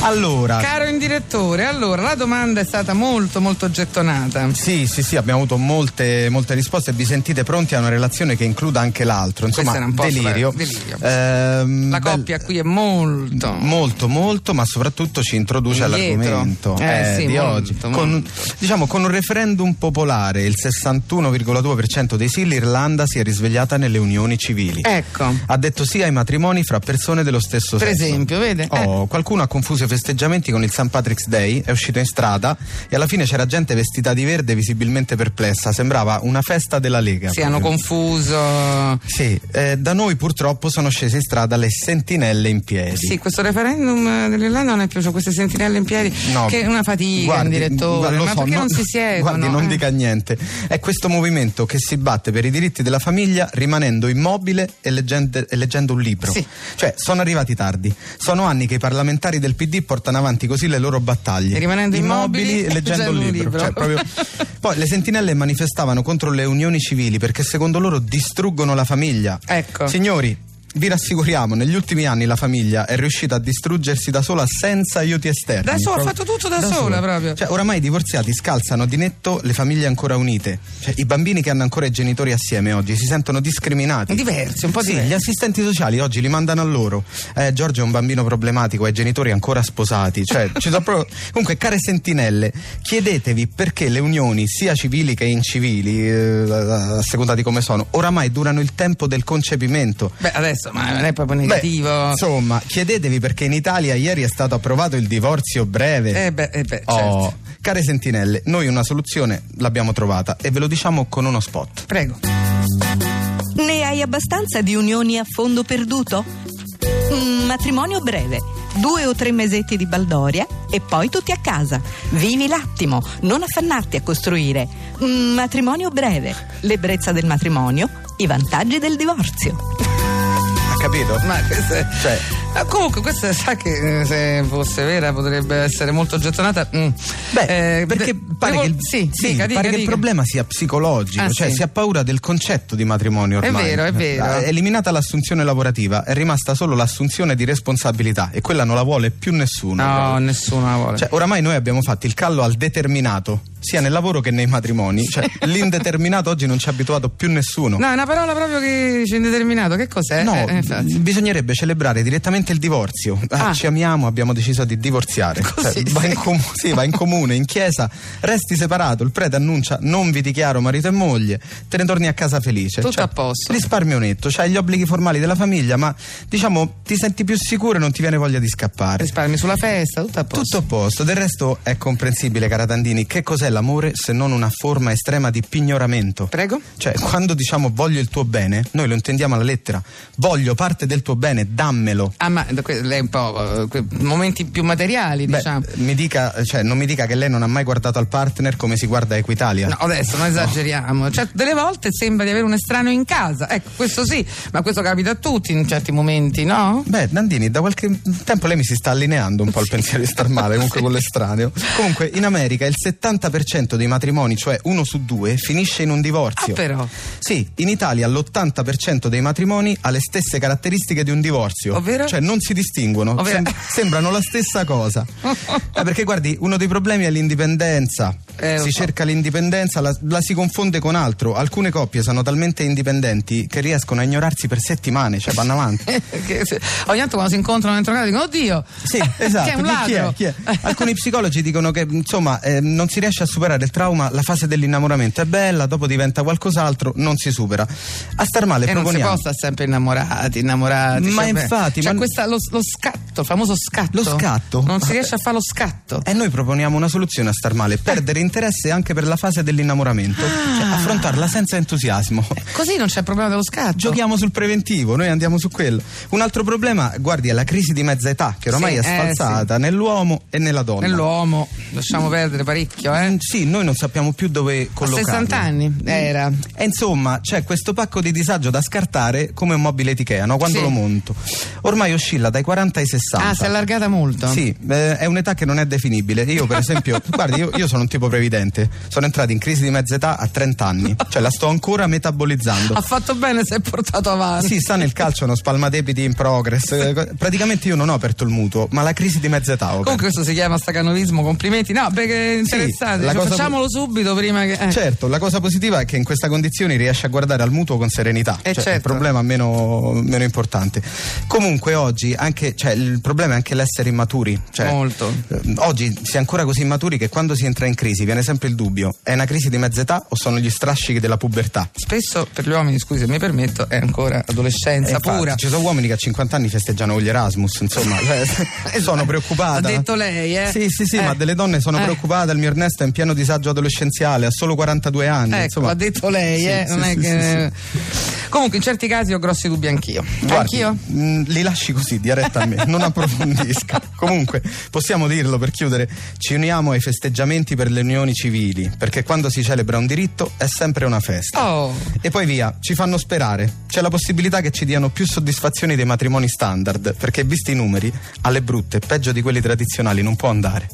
Allora. Caro in direttore, allora la domanda è stata molto molto gettonata. Sì, sì, sì, abbiamo avuto molte, molte risposte. Vi sentite pronti a una relazione che includa anche l'altro? Insomma, Questo era un po' delirio. sopra- delirio. Ehm, La bel- coppia qui è molto. Molto, molto, ma soprattutto ci introduce Indietro. all'argomento Eh, sì, di molto, oggi. molto. Con, diciamo, con un referendum popolare, il 61,2% dei sì, l'Irlanda si è risvegliata nelle unioni civili. ecco. Ha detto sì ai matrimoni fra persone dello stesso Per sesso. esempio, vede? Eh. Oh, qualcuno ha confuso i festeggiamenti con il St. Patrick's Day, è uscito in strada e alla fine c'era gente vestita di verde visibilmente perplessa, sembrava una festa della Lega. Si hanno proprio. confuso. Sì, eh, da noi purtroppo sono scese in strada le sentinelle in piedi. Sì, questo referendum eh, dell'Irlanda non è più su queste sentinelle in piedi, No, che è una fatica, guardi, un direttore. guardi, lo ma so, perché no- non si siedono? Guardi, non Eh. dica niente. È questo movimento che si batte per i diritti della famiglia rimanendo immobile e leggende- e leggendo, un libro. Sì. Cioè, sono arrivati tardi. Sono anni che i parlamentari del PD portano avanti così le loro battaglie. E rimanendo immobili e leggendo un libro. Cioè, proprio- Poi le sentinelle manifestavano contro le unioni civili perché secondo loro distruggono la famiglia. Ecco. Signori, vi rassicuriamo, negli ultimi anni la famiglia è riuscita a distruggersi da sola senza aiuti esterni. Da sola, ha Proprio- fatto tutto da sola, proprio. Cioè, oramai i divorziati scalzano di netto le famiglie ancora unite. Cioè, i bambini che hanno ancora i genitori assieme oggi si sentono discriminati. Diversi, un po' sì, diversi. gli assistenti sociali oggi li mandano a loro. Eh, Giorgio è un bambino problematico, ha i genitori ancora sposati. Cioè, ci sono proprio- Comunque, care sentinelle, chiedetevi perché le unioni, sia civili che incivili, eh, a seconda di come sono, oramai durano il tempo del concepimento. Beh, adesso, ma non è proprio Beh, negativo. insomma, chiedetevi perché in Italia ieri è stato approvato il divorzio breve. eh beh, eh beh, Oh, certo. Care sentinelle, noi una soluzione l'abbiamo trovata e ve lo diciamo con uno spot. Prego. Ne hai abbastanza di unioni a fondo perduto? Un matrimonio breve, due o tre mesetti di baldoria e poi tutti a casa. Vivi l'attimo, non affannarti a costruire. Un matrimonio breve, l'ebbrezza del matrimonio, i vantaggi del divorzio. Ha capito? Ma questo è- Cioè- Ma comunque, questa sa che eh, se fosse vera potrebbe essere molto gettonata. mm. Beh, Eh, perché de- pare, devo- che, il, sì, sì, dica, pare dica, che il dica. problema sia psicologico, Ah, cioè sì. si ha paura del concetto di matrimonio È ormai. vero, è vero. Eh, È eliminata l'assunzione lavorativa, è rimasta solo l'assunzione di responsabilità e quella non la vuole più nessuno. No, nessuno la vuole. Cioè, oramai noi abbiamo fatto il callo al determinato, sia nel lavoro che nei matrimoni. Cioè, l'indeterminato oggi non ci ha abituato più nessuno. no, è una parola proprio che c'è indeterminato. Che cos'è? No, Eh, eh, infatti. bisognerebbe celebrare direttamente il divorzio. Ah, Ah. Ci amiamo, abbiamo deciso di divorziare. Cioè, Così, va, in sì. comu- sì, va in comune, in chiesa, resti separato, il prete annuncia non vi dichiaro marito e moglie, te ne torni a casa felice. Cioè, Tutto a posto. Risparmio netto, c'hai gli obblighi formali della famiglia, ma diciamo ti senti più sicuro e non ti viene voglia di scappare. Risparmi sulla festa, tutto a posto. Tutto a posto, del resto è comprensibile, cara Tandini, che cos'è l'amore se non una forma estrema di pignoramento? Prego. Cioè, quando diciamo voglio il tuo bene, noi lo intendiamo alla lettera. Voglio parte del tuo bene, dammelo. Ah, ma que- lei un po'. eh, que- momenti più materiali, Beh, diciamo. mi dica, cioè, non mi dica che lei non ha mai guardato al partner come si guarda a Equitalia. No, adesso non esageriamo. Cioè, delle volte sembra di avere un estraneo in casa. Ecco, questo sì, ma questo capita a tutti in certi momenti, no? Beh, Nandini, da qualche tempo lei mi si sta allineando un po' al pensiero di star male, comunque con l'estraneo. Comunque, in America il 70% dei matrimoni, cioè uno su due, finisce in un divorzio. Ah, però. Sì, in Italia l'80% dei matrimoni ha le stesse caratteristiche di un divorzio. Ovvero? Cioè non si distinguono, Ovvero? sembrano la stessa cosa. Eh, perché guardi, uno dei problemi è l'indipendenza. Eh, lo si so. cerca l'indipendenza, la, la si confonde con altro. Alcune coppie sono talmente indipendenti che riescono a ignorarsi per settimane, cioè vanno avanti. Che se- ogni tanto quando si incontrano dentro casa dicono oddio Sì, esatto. che è Chi- chi un ladro Eh, Chi è? Alcuni psicologi dicono che insomma eh, non si riesce a superare il trauma, la fase dell'innamoramento è bella, dopo diventa qualcos'altro, non si supera. A star male e non si proponiamo. può stare sempre innamorati innamorati Ma cioè, beh, infatti, cioè, ma- questa- lo, lo scatto il famoso scatto Lo scatto? non si riesce a fare lo scatto Esatto. E noi proponiamo una soluzione a star male, Eh. perdere interesse anche per la fase dell'innamoramento, Ah. cioè affrontarla senza entusiasmo. così non c'è il problema dello scatto Giochiamo sul preventivo, noi andiamo su quello. Un altro problema, guardi, è la crisi di mezza età, che ormai Sì, è eh, sfalsata nell'uomo e nella donna. nell'uomo lasciamo perdere parecchio eh sì, noi non sappiamo più dove A collocarlo. 60 anni era. E insomma, c'è questo pacco di disagio da scartare come un mobile Ikea, no? quando Sì. lo monto. Ormai oscilla dai 40 ai 60. Ah, si è allargata molto. Sì, eh, è un'età che non è definibile. Io, per esempio, guardi, io, io sono un tipo previdente. Sono entrato in crisi di mezza età a 30 anni, cioè la sto ancora metabolizzando. Ha fatto bene se è portato avanti. Sì, sta nel calcio uno spalmadebiti in progress. Eh, co- Praticamente io non ho aperto il mutuo, ma la crisi di mezza età ho aperto. Comunque questo si chiama stacanovismo, complimenti. No, perché è interessante. la Cioè, cosa- Facciamolo subito prima che. eh. Certo, la cosa positiva è che in questa condizione riesci a guardare al mutuo con serenità, Eh, cioè certo. il problema è meno, meno importante. Comunque oggi anche, cioè, il problema è anche l'essere immaturi, cioè, Molto. eh, Oggi si è ancora così immaturi che quando si entra in crisi viene sempre il dubbio, è una crisi di mezza età o sono gli strascichi della pubertà? Spesso per gli uomini, scusi, se mi permetto, è ancora Eh, adolescenza infatti, pura. Ci sono uomini che a 50 anni festeggiano con gli Erasmus, insomma, cioè, e sono preoccupata. Ha detto lei, eh? Sì, sì, sì, Eh. ma delle donne sono Eh. preoccupate, il mio Ernesto è in pieno disagio adolescenziale, ha solo 42 anni, Ecco, insomma. l'ha detto lei, Sì, eh? sì, non è sì, che. Comunque, in certi casi ho grossi dubbi anch'io. Guardi, Anch'io? mh, li lasci così diretta a me, non approfondisca. Comunque, possiamo dirlo per chiudere: ci uniamo ai festeggiamenti per le unioni civili, perché quando si celebra un diritto è sempre una festa. Oh, E poi via, ci fanno sperare. C'è la possibilità che ci diano più soddisfazioni dei matrimoni standard, perché visti i numeri, alle brutte, peggio di quelli tradizionali non può andare.